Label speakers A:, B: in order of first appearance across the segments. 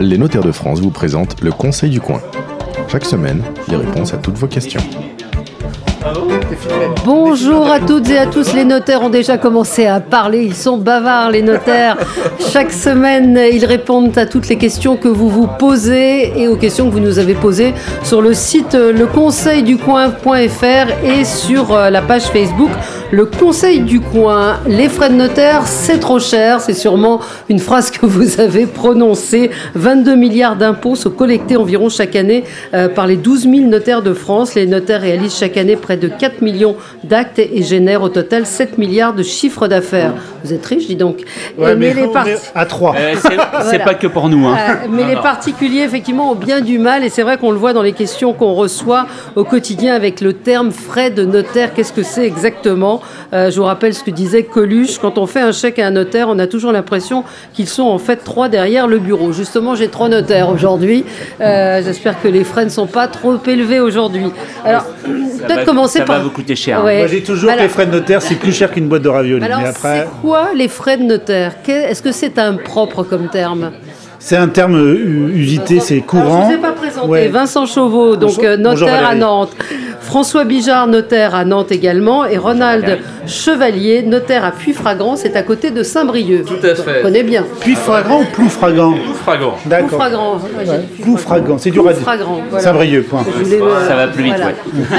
A: Les notaires de France vous présentent le Conseil du coin. Chaque semaine, les réponses à toutes vos questions.
B: Bonjour à toutes et à tous. Les notaires ont déjà commencé à parler. Ils sont bavards, les notaires. Chaque semaine, ils répondent à toutes les questions que vous vous posez et aux questions que vous nous avez posées sur le site euh, leconseilducoin.fr et sur euh, la page Facebook Le Conseil du Coin. Les frais de notaire, c'est trop cher. C'est sûrement une phrase que vous avez prononcée. 22 milliards d'impôts sont collectés environ chaque année euh, par les 12 000 notaires de France. Les notaires réalisent chaque année près de 4 millions d'actes et génèrent au total 7 milliards de chiffres d'affaires. Vous êtes riche, dis donc. Et mais les Eh, parti-
C: à 3.
D: Euh, c'est c'est pas que pour nous. Hein.
B: euh, mais les particuliers, effectivement, ont bien du mal. Et c'est vrai qu'on le voit dans les questions qu'on reçoit au quotidien avec le terme frais de notaire. Qu'est-ce que c'est exactement Euh, Je vous rappelle ce que disait Coluche. Quand on fait un chèque à un notaire, on a toujours l'impression qu'ils sont en fait trois derrière le bureau. Justement, j'ai trois notaires aujourd'hui. Euh, J'espère que les frais ne sont pas trop élevés aujourd'hui. Alors,
D: Ça va-
B: peut-être commencer
D: ça
B: par.
D: va vous coûter cher.
B: Ouais.
C: Moi, j'ai toujours
B: Voilà. Bah
C: que les frais de notaire, c'est plus cher qu'une boîte de raviolis.
B: Alors,
C: Mais après,
B: c'est quoi les frais de notaire Que- Est-ce que c'est impropre comme terme
C: c'est un terme euh, u- usité, c'est
B: Alors,
C: courant.
B: Ah, je ne vous ai pas présenté.
C: Ouais.
B: Vincent Chauveau, donc
C: Bonjour.
B: euh,
C: Bonjour,
B: notaire à
C: Valérie.
B: Nantes. François Bijard, notaire à Nantes également. Et Ronald
D: Valérie.
B: Chevalier, notaire à Puy-Fragrant. C'est à côté de Saint-Brieuc.
E: Tout à fait.
B: On connaît bien.
C: Puis fragrant ou plus fragant
E: Fragrant.
C: D'accord.
B: Puy-Fragrant. Ouais, j'ai dit
C: Ploufragan, c'est du
B: Ploufragan,
C: radio.
B: voilà.
C: Saint-Brieuc, point.
B: Je voulais le-
D: Ça va plus vite, ouais.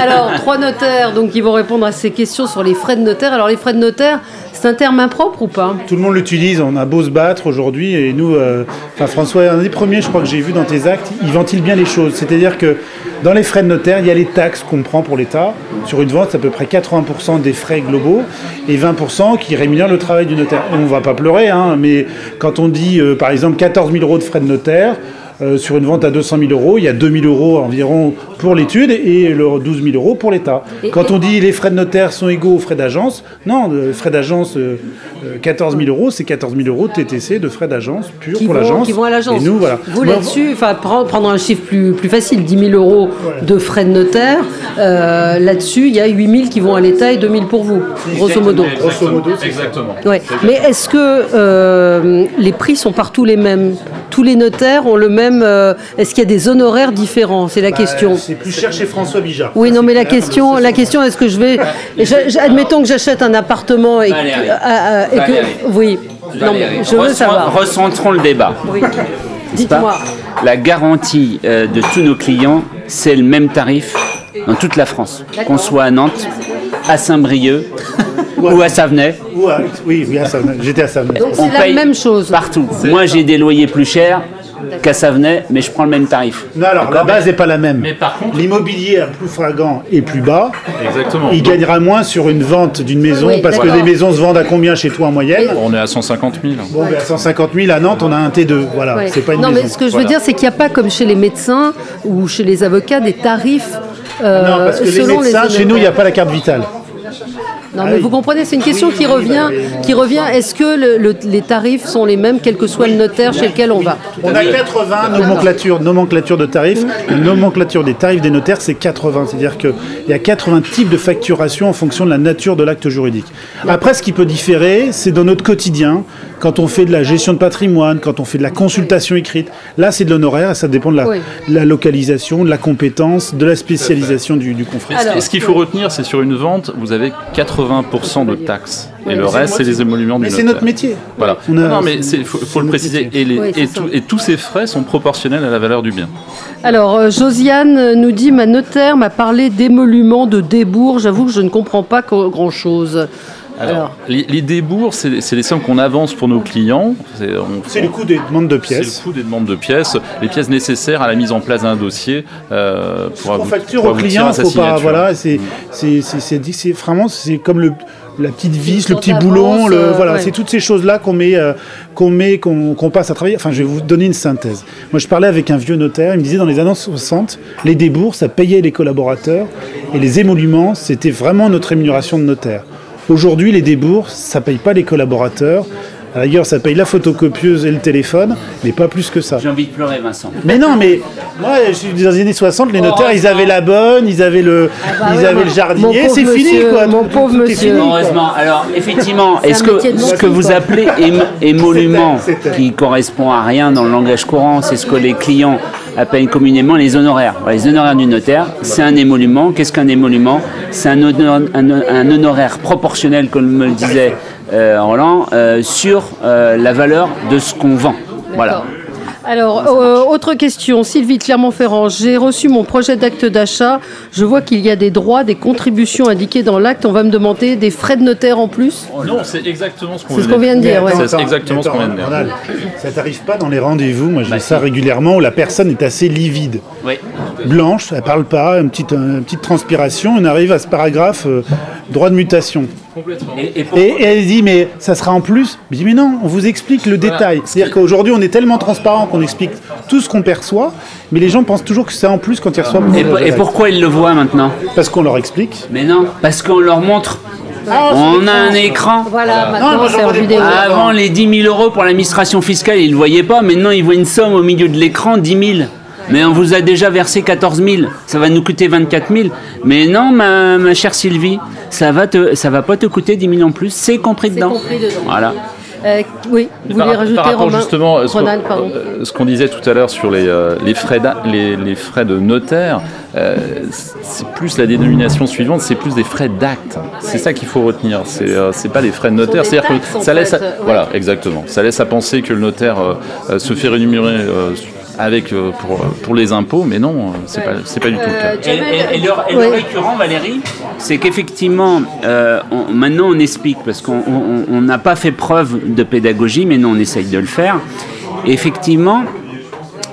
B: Alors, trois notaires donc, qui vont répondre à ces questions sur les frais de notaire. Alors, les frais de notaire, c'est un terme impropre ou pas
C: Tout le monde l'utilise, on a beau se battre aujourd'hui, et nous, euh, enfin, François est un des premiers, je crois que j'ai vu dans tes actes, il ventile bien les choses. C'est-à-dire que dans les frais de notaire, il y a les taxes qu'on prend pour l'État. Sur une vente, c'est à peu près 80% des frais globaux et 20% qui rémunèrent le travail du notaire. On ne va pas pleurer, hein, mais quand on dit, euh, par exemple, 14 000 euros de frais de notaire, euh, sur une vente à 200 000 euros, il y a 2 000 euros environ pour l'étude et le 12 000 euros pour l'État. Quand on dit les frais de notaire sont égaux aux frais d'agence, non, le frais d'agence, euh, euh, 14 000 euros, c'est 14 000 euros de TTC de frais d'agence pur
B: qui
C: pour
B: vont,
C: l'agence.
B: qui vont à l'agence.
C: Et nous, voilà.
B: Vous
C: Moi,
B: là-dessus, enfin prendre, prendre un chiffre plus, plus facile, 10 000 euros de frais de notaire. euh, là-dessus, il y a 8 000 qui vont à l'État et 2 000 pour vous, grosso modo.
E: Grosso modo, exactement.
B: Ouais. Mais est-ce que euh, les prix sont partout les mêmes Tous les notaires ont le même. euh, est-ce qu'il y a des honoraires différents C'est la question.
C: euh, C'est plus cher chez François Bijard.
B: Oui,
C: Ça,
B: non,
C: c'est
B: mais la
C: clair.
B: question, la question, est-ce que je vais, j'a- j'a- admettons que j'achète un appartement et que,
D: Bah, Valérie.
B: ah, ah, et que-
D: Valérie.
B: oui, non, mais je veux
D: Recen-
B: savoir.
D: Recentrons le débat.
B: Oui.
D: n'est-ce pas
B: Dites-moi.
D: La garantie euh, de tous nos clients, c'est le même tarif dans toute la France, qu'on soit à Nantes, à Saint-Brieuc ou à Savenay.
C: Ouais, hein. oui, oui, à Savenay. j'étais à Savenay.
B: C'est la même chose.
D: partout. Moi, j'ai des loyers plus chers qu'à Savenay, mais je prends le même tarif.
C: Non, alors la base n'est pas la même.
E: Mais par contre-
C: l'immobilier à plus fragant et plus bas,
E: Exactement.
C: il gagnera moins sur une vente d'une maison
B: Oui,
C: parce que
B: d'accord.
C: les maisons se vendent à combien chez toi en moyenne
E: On est à 150 000.
C: Bon, ben, à 150 000 à Nantes, on a un T2. Voilà,
B: Ouais.
C: Ah, c'est pas une
B: non,
C: maison.
B: mais ce que je veux
C: Voilà.
B: dire, c'est qu'il n'y a pas, comme chez les médecins ou chez les avocats, des tarifs euh,
C: Ah Non, parce que les
B: selon
C: médecins,
B: les
C: chez nous, il n'y a pas la carte vitale.
B: Non, mais
C: oui.
B: vous comprenez, c'est une question
C: Oui,
B: qui
C: oui,
B: revient.
C: bah oui,
B: qui revient. Est-ce que le- le- les tarifs sont les mêmes, quel que soit le notaire chez lequel on va
C: On a 80 nomenclatures, nomenclature de tarifs. La nomenclature des tarifs des notaires, c'est 80. C'est-à-dire qu'il y a 80 types de facturation en fonction de la nature de l'acte juridique. Après, ce qui peut différer, c'est dans notre quotidien, quand on fait de la gestion de patrimoine, quand on fait de la consultation écrite. Là, c'est de l'honoraire et ça dépend de la,
B: Oui.
C: de la localisation, de la compétence, de la spécialisation du, du confrère.
B: Alors-
E: Et ce qu'il faut retenir, c'est sur une vente, vous avez 80% de taxes. Et le reste, c'est les émoluments du
C: Mais c'est
E: notaire.
C: notre métier.
E: Voilà.
C: On a-
E: non, mais il faut, faut le
C: notre
E: préciser.
C: métier.
E: Et, les-
B: Oui, c'est
E: et
B: ça.
E: tout- et tous ces frais sont proportionnels à la valeur du bien.
B: Alors, euh, Josiane nous dit Ma notaire m'a parlé d'émoluments, de débours. J'avoue que je ne comprends pas co- grand-chose. Alors,
E: Alors, les, les débours, c'est c'est les sommes qu'on avance pour nos clients. C'est on-
C: C'est le coût des demandes de pièces.
E: C'est le coût des demandes de pièces, les pièces nécessaires à la mise en place d'un dossier euh, pour
C: On
E: abou-
C: facture
E: pour
C: au
E: aboutir
C: client,
E: à sa
C: faut pas.
E: signature.
C: Voilà, c'est c'est c'est- c'est dit- c'est vraiment c'est comme le la petite vis, le
B: Quand
C: petit
B: t'avances,
C: boulon, le
B: euh,
C: voilà,
B: ouais.
C: c'est toutes ces choses là qu'on met euh, qu'on met qu'on qu'on passe à travailler. Enfin, je vais vous donner une synthèse. Moi, je parlais avec un vieux notaire, il me disait dans les années 60, les débours, ça payait les collaborateurs et les émoluments, c'était vraiment notre rémunération de notaire. Aujourd'hui, les débours, ça paye pas les collaborateurs. À la rigueur, ça paye la photocopieuse et le téléphone, mais pas plus que ça.
D: J'ai envie de pleurer, Vincent.
C: Mais non, mais moi, je suis des années 60, les notaires, ils avaient la bonne, ils avaient le,
B: Oh, bah
C: ils
B: ouais,
C: avaient
B: mon-
C: le
B: mon
C: jardinier,
B: pauvre
C: c'est fini,
B: monsieur,
C: quoi.
B: mon
C: Tout- tout
B: pauvre
C: est
B: monsieur.
C: fini, quoi.
D: Heureusement. Alors, effectivement, est-ce
B: un
D: que
B: métier de
D: ce
B: mentir,
D: que vous
B: quoi.
D: appelez émo- émolument,
C: C'était, c'était.
D: qui correspond à rien dans le langage courant, c'est ce que les clients appellent communément les honoraires. Voilà, les honoraires du notaire, c'est un émolument. Qu'est-ce qu'un émolument C'est un, honor- un- un honoraire proportionnel, comme me le disait euh, Roland, euh, sur euh, la valeur de ce qu'on vend. Voilà.
B: D'accord. Alors, euh, autre question, Sylvie Clermont-Ferrand. J'ai reçu mon projet d'acte d'achat. Je vois qu'il y a des droits, des contributions indiquées dans l'acte. On va me demander des frais de notaire en plus.
E: Non, c'est exactement ce qu'on
B: C'est ce qu'on vient de
C: Mais
B: dire. ouais.
E: C'est exactement ce qu'on vient de dire.
C: Ronald, Ça t'arrive pas dans les rendez-vous, moi je
D: Bah,
C: dis ça
D: si.
C: régulièrement, où la personne est assez livide.
D: Oui.
C: Blanche, elle parle pas, une petite, une petite transpiration, on arrive à ce paragraphe euh, droit de mutation.
D: Et, et pour-
C: Et, et elle dit, mais ça sera en plus Je dis, mais non, on vous explique le détail. C'est-à-dire qu'aujourd'hui, on est tellement transparent qu'on explique tout ce qu'on perçoit, mais les gens pensent toujours que c'est en plus quand ils reçoivent.
D: et pour- et pourquoi ils le voient maintenant
C: Parce qu'on leur explique.
D: Mais non, parce qu'on leur montre.
B: Ah,
D: on a un écran.
B: Voilà,
C: Non,
B: maintenant
C: moi,
B: c'est en
C: j'envoie des
B: vidéo.
C: photos.
D: Ah, Avant, les 10 000 euros pour l'administration fiscale, ils ne le voyaient pas. Maintenant, ils voient une somme au milieu de l'écran, 10 000. Mais on vous a déjà versé 14 000. Ça va nous coûter 24 000. Mais non, ma, ma chère Sylvie, ça va te, ça va pas te coûter 10 000 en plus. C'est compris dedans.
B: compris dedans.
D: Voilà.
B: Euh, oui, vous
E: Par-
B: voulez rajouter
E: par rapport
B: Romain
E: justement à ce qu'on-
B: Ronald, pardon.
E: euh, ce qu'on disait tout à l'heure sur les, euh, les, frais, d'a- les, les frais de notaire, euh, c'est plus la dénomination suivante, c'est plus des frais d'acte. C'est ça qu'il faut retenir. C'est euh, c'est pas les frais de notaire.
B: des
E: C'est-à-dire
B: taxes,
E: que
B: en
E: ça laisse, à-
B: fait, ouais.
E: voilà, exactement. Ça laisse à penser que le notaire euh, euh, se fait rémunérer euh, avec euh, pour, pour les impôts, mais non, euh, c'est pas c'est pas du tout le cas.
B: Euh,
D: Et,
B: Jamel,
D: et- et le, et le
B: oui.
D: récurrent, Valérie, c'est qu'effectivement, euh, on- maintenant on explique, parce qu'on on- on n'a pas fait preuve de pédagogie, mais non, on essaye de le faire. Effectivement,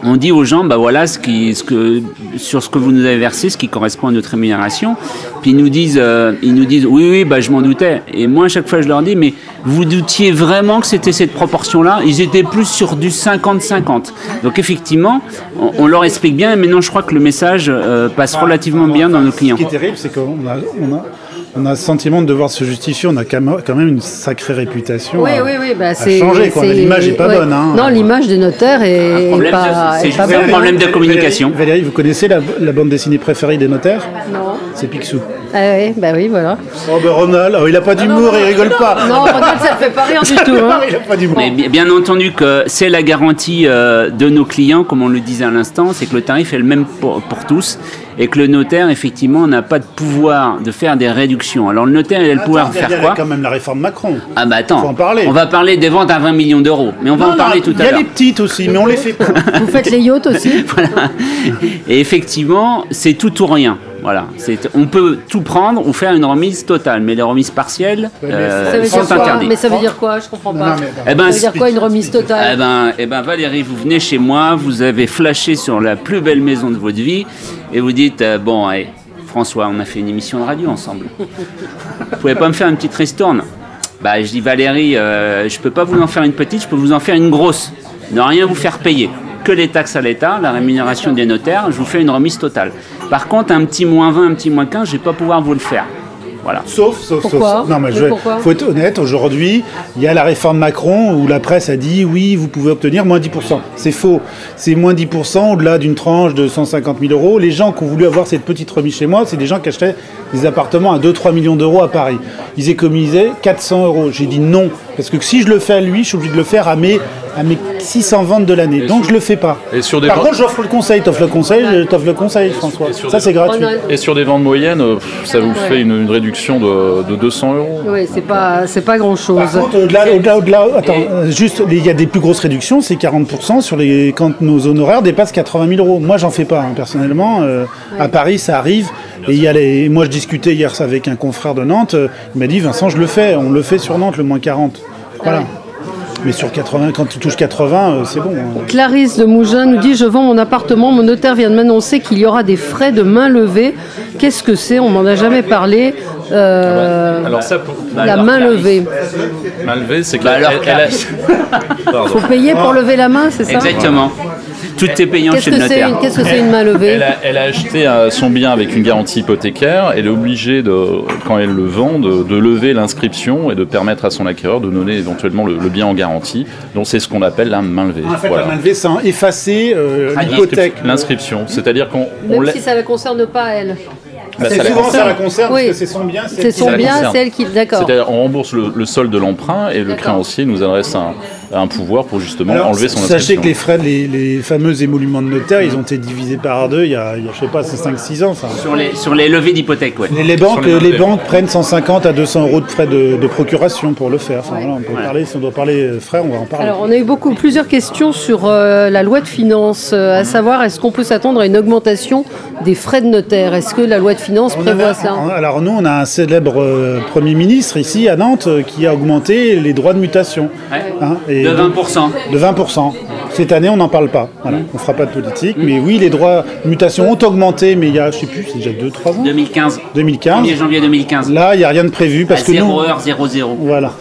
D: on dit aux gens, bah voilà, ce qui, ce que, sur ce que vous nous avez versé, ce qui correspond à notre rémunération. Puis ils nous disent, euh, ils nous disent, oui, oui, bah je m'en doutais. Et moi, à chaque fois, je leur dis, mais vous doutiez vraiment que c'était cette proportion-là Ils étaient plus sur du 50-50. Donc effectivement, on, on leur explique bien. Et maintenant, je crois que le message euh, passe relativement bien dans nos clients.
C: Ah, Ce qui est terrible, c'est qu'on a, on a, on a le sentiment de devoir se justifier. On a quand même quand même une sacrée réputation.
B: Oui,
C: à-
B: oui, oui, bah,
C: à
B: c'est
C: changer, quoi. Mais
B: c'est-
C: L'image n'est pas
B: ouais.
C: bonne. hein.
B: Non, l'image des notaires est,
D: problème,
B: est pas.
D: c'est
B: est
D: juste
B: pas
D: ça.
B: bonne.
D: problème de
C: Valérie-
D: communication.
C: Valérie, vous connaissez la, la bande dessinée préférée des notaires C'est Picsou.
B: Ah ouais, bah oui, voilà.
C: Oh, ben Ronald, oh, il a pas d'humour, il rigole pas.
B: Non, Ronald, ça ne fait pas rire du tout. hein.
C: il a pas d'humour.
D: Mais bi- bien entendu que c'est la garantie euh, de nos clients, comme on le disait à l'instant, c'est que le tarif est le même pour, pour tous et que le notaire, effectivement, n'a pas de pouvoir de faire des réductions. Alors le notaire, il a le pouvoir
C: Attends,
D: de
C: il y a-
D: faire
C: Il y a
D: quoi
C: quand même la réforme Macron.
D: Ah bah attends,
C: Faut en parler.
D: on va parler des ventes à 20 millions d'euros, mais on va
C: Non,
D: en
C: non,
D: parler tout
C: Il y
D: à
C: a
D: l'heure.
C: les petites aussi, mais on les fait pas.
B: Vous faites les yachts aussi
D: Voilà. Et effectivement, c'est tout ou rien. Voilà, C'est- on peut tout prendre ou faire une remise totale, mais les remises partielles
C: Ouais, mais
D: euh,
B: Ça veut dire
D: sont
B: quoi
D: interdites.
B: Mais ça veut dire quoi Je comprends pas.
C: Non, mais-
D: Eh ben,
B: ça veut dire quoi une remise
D: Eh
B: totale
D: ben, eh ben Valérie, vous venez chez moi, vous avez flashé sur la plus belle maison de votre vie et vous dites euh, bon, allez, François, on a fait une émission de radio ensemble. vous pouvez pas me faire une petite ristourne Bah, je dis Valérie, euh, je peux pas vous en faire une petite, je peux vous en faire une grosse. Ne rien vous faire payer. Que les taxes à l'État, la rémunération des notaires, je vous fais une remise totale. Par contre, un petit moins 20, un petit moins 15, je vais pas pouvoir vous le faire. Voilà.
C: Sauf, sauf,
B: Pourquoi
C: sauf. Non, mais
B: Mais
C: je vais-
B: pourquoi
C: faut être honnête, aujourd'hui, il y a la réforme Macron où la presse a dit oui, vous pouvez obtenir moins 10%. C'est faux. C'est moins 10% au-delà d'une tranche de 150 000 euros. Les gens qui ont voulu avoir cette petite remise chez moi, c'est des gens qui achetaient des appartements à 2-3 millions d'euros à Paris. Ils économisaient 400 euros. J'ai dit non, parce que si je le fais à lui, je suis obligé de le faire à mes, à mes 600 ventes de l'année. Donc je le fais pas.
E: et sur des
C: Par
E: ventes-
C: contre, j'offre le conseil, t'offres le conseil, je t'offre le conseil, François.
E: sur
C: Ça,
E: des-
C: c'est gratuit.
B: Ronald
E: Et sur des ventes moyennes, euh, pff, ça vous fait une, une réduction de, de 200 euros.
D: Ah,
B: Oui, c'est pas, c'est pas grand
C: Par
B: chose.
C: contre, au-delà, au-delà, au-delà, attends, euh, juste, les- il y a des plus grosses réductions, c'est 40% sur les, quand nos honoraires dépassent 80 000 euros. Moi, j'en fais pas, hein, personnellement. euh, À Paris, ça arrive. Et il y a les, moi, je discutais hier ça avec un confrère de Nantes. euh, Il m'a dit, Vincent, je le fais. On le fait sur Nantes, le moins 40. Voilà. Mais sur 80, quand tu touches 80, euh, c'est bon. hein.
B: Clarisse de Mougin nous dit Je vends mon appartement, mon notaire vient de m'annoncer qu'il y aura des frais de main levée. Qu'est-ce que c'est On m'en a jamais parlé. Euh,
E: Alors ça, pour,
B: la
D: Ah, Bah, alors,
B: main
D: Clarisse.
B: levée.
E: mal levé, c'est que
D: Bah alors,
E: elle- elle a- Pardon.
B: Faut payer pour lever la main, c'est ça
D: Exactement. Tout est payant
B: Qu'est-ce
D: chez le
B: que c'est
D: notaire.
B: une, qu'est-ce que c'est une main levée
E: Elle a, elle a acheté euh, son bien avec une garantie hypothécaire. Elle est obligée, de, quand elle le vend, de, de lever l'inscription et de permettre à son acquéreur de donner éventuellement le, le bien en garantie. Donc c'est ce qu'on appelle la main levée.
C: Ah, En fait,
E: Voilà.
C: la main levée, c'est un effacer euh,
D: Ah,
C: l'hypothèque.
E: L'inscription, c'est-à-dire qu'on on
B: Même
E: l'a-
B: si ça ne la concerne pas, elle.
E: bah,
C: C'est
E: ça la
C: souvent ça
E: concerne.
C: la concerne,
B: Oui.
C: parce que c'est son bien.
B: C'est son
E: la
B: bien,
E: concerne.
B: c'est elle qui. D'accord.
E: C'est-à-dire on rembourse le, le solde de l'emprunt et le
B: D'accord.
E: créancier nous adresse un, un pouvoir pour justement
C: Alors,
E: enlever son inscription.
C: sachez que les frais, de- les, les fameux émoluments de notaire, ils ont été divisés par deux il y a, il y a, je sais pas, c'est 5-6 ans. Ça.
D: Sur les, sur les levées d'hypothèques, ouais.
C: Les, les banques,
E: les
C: les,
E: notaires.
C: banques prennent 150 à 200 euros de frais de, de procuration pour le faire. Enfin, voilà, on peut parler, si on doit parler euh, frais, on va en parler.
B: Alors, on a eu beaucoup, plusieurs questions sur euh, la loi de finances,
C: Mhm.
B: euh, à savoir est-ce qu'on peut s'attendre à une augmentation des frais de notaire Est-ce que la loi de finances
C: On
B: prévoit
C: avait-
B: ça
C: on- Alors nous, on a un célèbre euh, Premier ministre ici à Nantes euh, qui a augmenté les droits de mutation.
D: Ouais.
C: Hein, et
D: De
C: donc-
D: 20%.
C: de 20%. Cette année, on n'en parle pas. Voilà. On ne fera pas de politique. Mais oui, les droits de mutation ont augmenté, mais il y a, je sais plus, c'est déjà 2-3 ans
D: 2015. 1er
C: 2015.
D: janvier 2015.
C: Là, il n'y a rien de prévu
D: à
C: parce que
D: 0
C: nous...
D: h 00.
C: Voilà.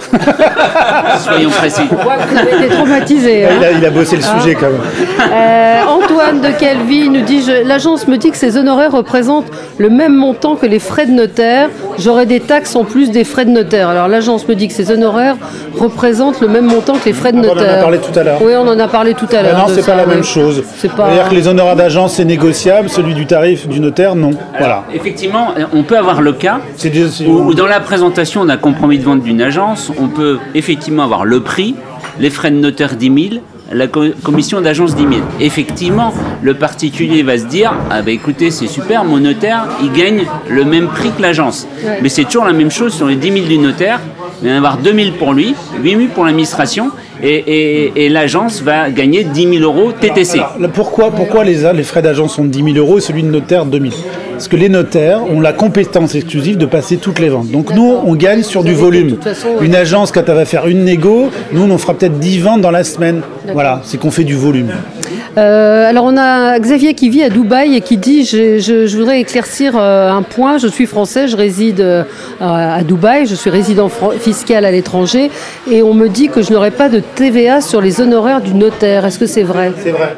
D: Soyons précis.
B: Vous avez été traumatisé. hein
C: il, a, il a bossé le sujet quand même.
B: Euh, Antoine de Calvi nous dit je- L'agence me dit que ses honoraires représentent le même montant que les frais de notaire. J'aurai des taxes en plus des frais de notaire. Alors l'agence me dit que ses honoraires représentent le même montant que les frais de
C: Ah, on en a
B: notaire.
C: parlé tout à l'heure.
B: Oui, on en a parlé tout à
C: Ben
B: l'heure.
C: non,
B: de
C: c'est
B: Ah, ça,
C: pas la
B: oui.
C: même chose.
B: C'est pas-
C: C'est-à-dire que les honoraires d'agence, c'est négociable. Celui du tarif du notaire, non. Voilà.
D: Effectivement, euh, on peut avoir le cas
C: C'est des- c'est-
D: où, où dans la présentation d'un compromis de vente d'une agence, on peut effectivement avoir le prix, les frais de notaire 10 000, la co- commission d'agence 10 000. Effectivement, le particulier va se dire Ah ben écoutez, c'est super, mon notaire, il gagne le même prix que l'agence.
B: Ouais.
D: Mais c'est toujours la même chose sur les 10 000 du notaire. Il va y en avoir 2 000 pour lui, 8 000 pour l'administration, et, et- et l'agence va gagner 10 000 euros TTC.
C: Alors, là, pourquoi, pourquoi les, les frais d'agence sont de 10 000 euros et celui de notaire 2 000 Parce que les notaires ont la compétence exclusive de passer toutes les ventes. Donc nous, on gagne sur
B: Vous
C: du
B: avez dit, de
C: volume.
B: toute façon, ouais.
C: Une agence, quand elle va faire une négo, nous, on en fera peut-être 10 ventes dans la semaine. Voilà, c'est qu'on fait du volume.
B: Euh, alors on a Xavier qui vit à Dubaï et qui dit je, je- je voudrais éclaircir euh, un point. Je suis français, je réside euh, à Dubaï, je suis résident fran- fiscal à l'étranger et on me dit que je n'aurai pas de TVA sur les honoraires du notaire. Est-ce que c'est vrai
C: C'est vrai.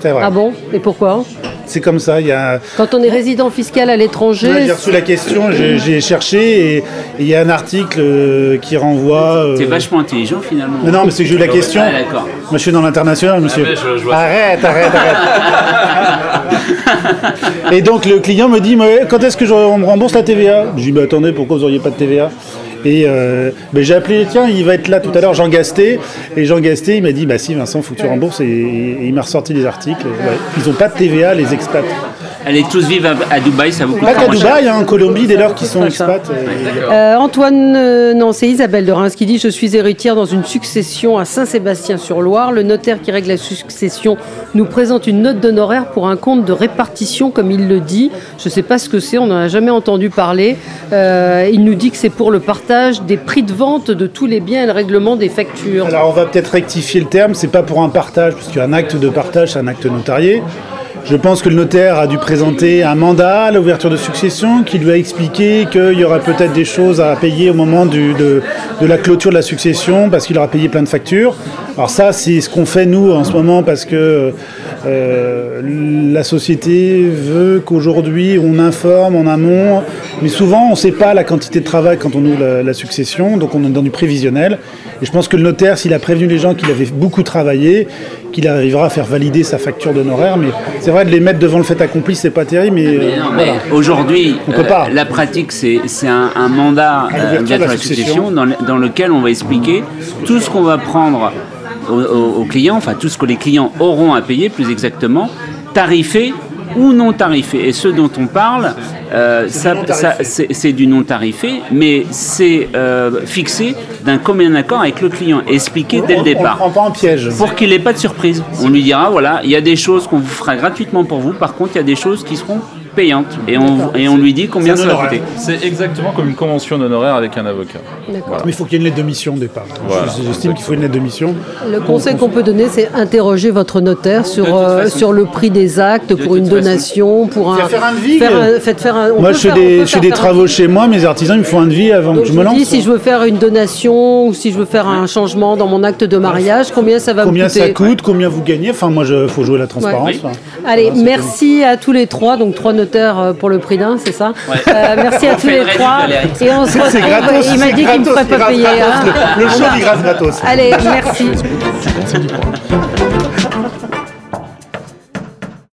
C: C'est vrai.
B: Ah bon Et pourquoi
C: C'est comme ça. Il y a...
B: Quand on est résident fiscal à
C: Ouais,
B: l'étranger,
C: J'ai reçu la question, j'ai j'ai cherché et et il y a un article euh, qui renvoie. euh,
D: C'est vachement intelligent finalement.
C: Non, non, mais c'est que j'ai eu la question.
D: Ah, d'accord.
C: Moi, je suis dans l'international, monsieur.
E: mais je- je vois ça.
C: arrête, arrête, arrête. Et donc, le client me dit mais Quand est-ce que je- on me rembourse la TVA Je lui dis bah, Attendez, pourquoi vous n'auriez pas de TVA et euh, ben, j'ai appelé, tiens, il va être là tout à l'heure, Jean Gasté. Et Jean Gasté, il m'a dit, bah si Vincent, faut que tu rembourses. Et, et il m'a ressorti les articles. Et ouais, Ils n'ont pas de TVA, les expats.
D: Allez tous vivre à, à Dubaï, ça vous coûte
C: Pas qu'à
D: moins cher.
C: Dubaï, hein, en Colombie, dès lors qu'ils sont expats. euh,
B: Euh, Antoine, euh, non, c'est Isabelle de Reims qui dit Je suis héritière dans une succession à Saint-Sébastien-sur-Loire. Le notaire qui règle la succession nous présente une note d'honoraires pour un compte de répartition, comme il le dit. Je ne sais pas ce que c'est, on n'en a jamais entendu parler. Euh, il nous dit que c'est pour le partage des prix de vente de tous les biens et le règlement des factures.
C: Alors on va peut-être rectifier le terme, c'est pas pour un partage, parce qu'un acte de partage, c'est un acte notarié. Je pense que le notaire a dû présenter un mandat à l'ouverture de succession qui lui a expliqué qu'il y aura peut-être des choses à payer au moment du- de, de la clôture de la succession parce qu'il aura payé plein de factures. Alors ça, c'est ce qu'on fait nous en ce moment parce que euh, la société veut qu'aujourd'hui on informe en amont, mais souvent on ne sait pas la quantité de travail quand on ouvre la, la succession, donc on est dans du prévisionnel. Et je pense que le notaire, s'il a prévenu les gens qu'il avait beaucoup travaillé, qu'il arrivera à faire valider sa facture d'honoraires, mais c'est vrai de les mettre devant le fait accompli, c'est pas terrible, mais, euh,
D: Mais non, mais
C: voilà.
D: aujourd'hui, euh,
C: On peut pas.
D: la pratique, c'est c'est un, un mandat
C: l'ouverture
D: euh, obligatoire
C: de la
D: de la succession,
C: succession.
D: dans, le- dans lequel on va expliquer tout ce qu'on va prendre aux au, aux clients, enfin tout ce que les clients auront à payer, plus exactement, tarifé ou non tarifé. Et ce dont on parle, euh, ça- ça- c'est c'est du non tarifé, mais c'est euh, fixé d'un commun accord avec le client, expliqué dès
C: on
D: le
C: ne
D: départ.
C: prend pas en piège.
D: Pour qu'il n'ait pas de surprise. On lui dira, voilà, il y a des choses qu'on vous fera gratuitement pour vous, par contre, il y a des choses qui seront payante et on, et on lui dit combien
C: C'est un
D: ça va
C: honoraire.
D: coûter.
E: C'est exactement comme une convention d'honoraire avec un avocat.
B: D'accord.
C: Mais il faut qu'il y ait une lettre de mission au départ.
E: Voilà.
C: Je- J'estime qu'il faut une lettre de mission.
B: Le conseil qu'on peut donner, c'est interroger votre notaire
D: toute
B: sur, euh,
D: façon.
B: sur le prix des actes, pour
D: toute
B: une
D: façon.
B: donation, pour un.
C: Faire faire un devis,
B: faire
C: euh.
B: un- faites faire un- on
C: Moi,
B: peut
C: je fais
B: faire- on
C: des,
B: peut
C: je fais
B: faire
C: des
B: faire un
C: travaux
B: devis.
C: chez moi, mes artisans, ils me font un devis avant
B: Donc,
C: que
B: je
C: je me
B: vous
C: lance. hein.
B: dis, si je veux faire une donation ou si je veux faire un changement dans mon acte de mariage, combien ça va
C: Combien
B: me coûter
C: ça coûte, combien vous gagnez. Enfin, moi, il faut jouer la transparence.
B: Ouais.
C: hein.
B: Allez,
C: Voilà, c'est
B: merci à tous les trois, donc trois notaires euh, pour le prix d'un, c'est ça Euh, Merci à
D: On
B: tous
D: fait
B: les
D: le reste,
B: trois.
D: Valérie.
B: Et on se retrouve.
C: gratos,
B: il m'a
C: c'est
B: dit qu'il ne
C: gratos,
B: ferait pas
C: c'est
B: payer. hein.
C: Le show, il grâce gratos.
B: Allez, merci.
A: Facebook du Conseil du coin.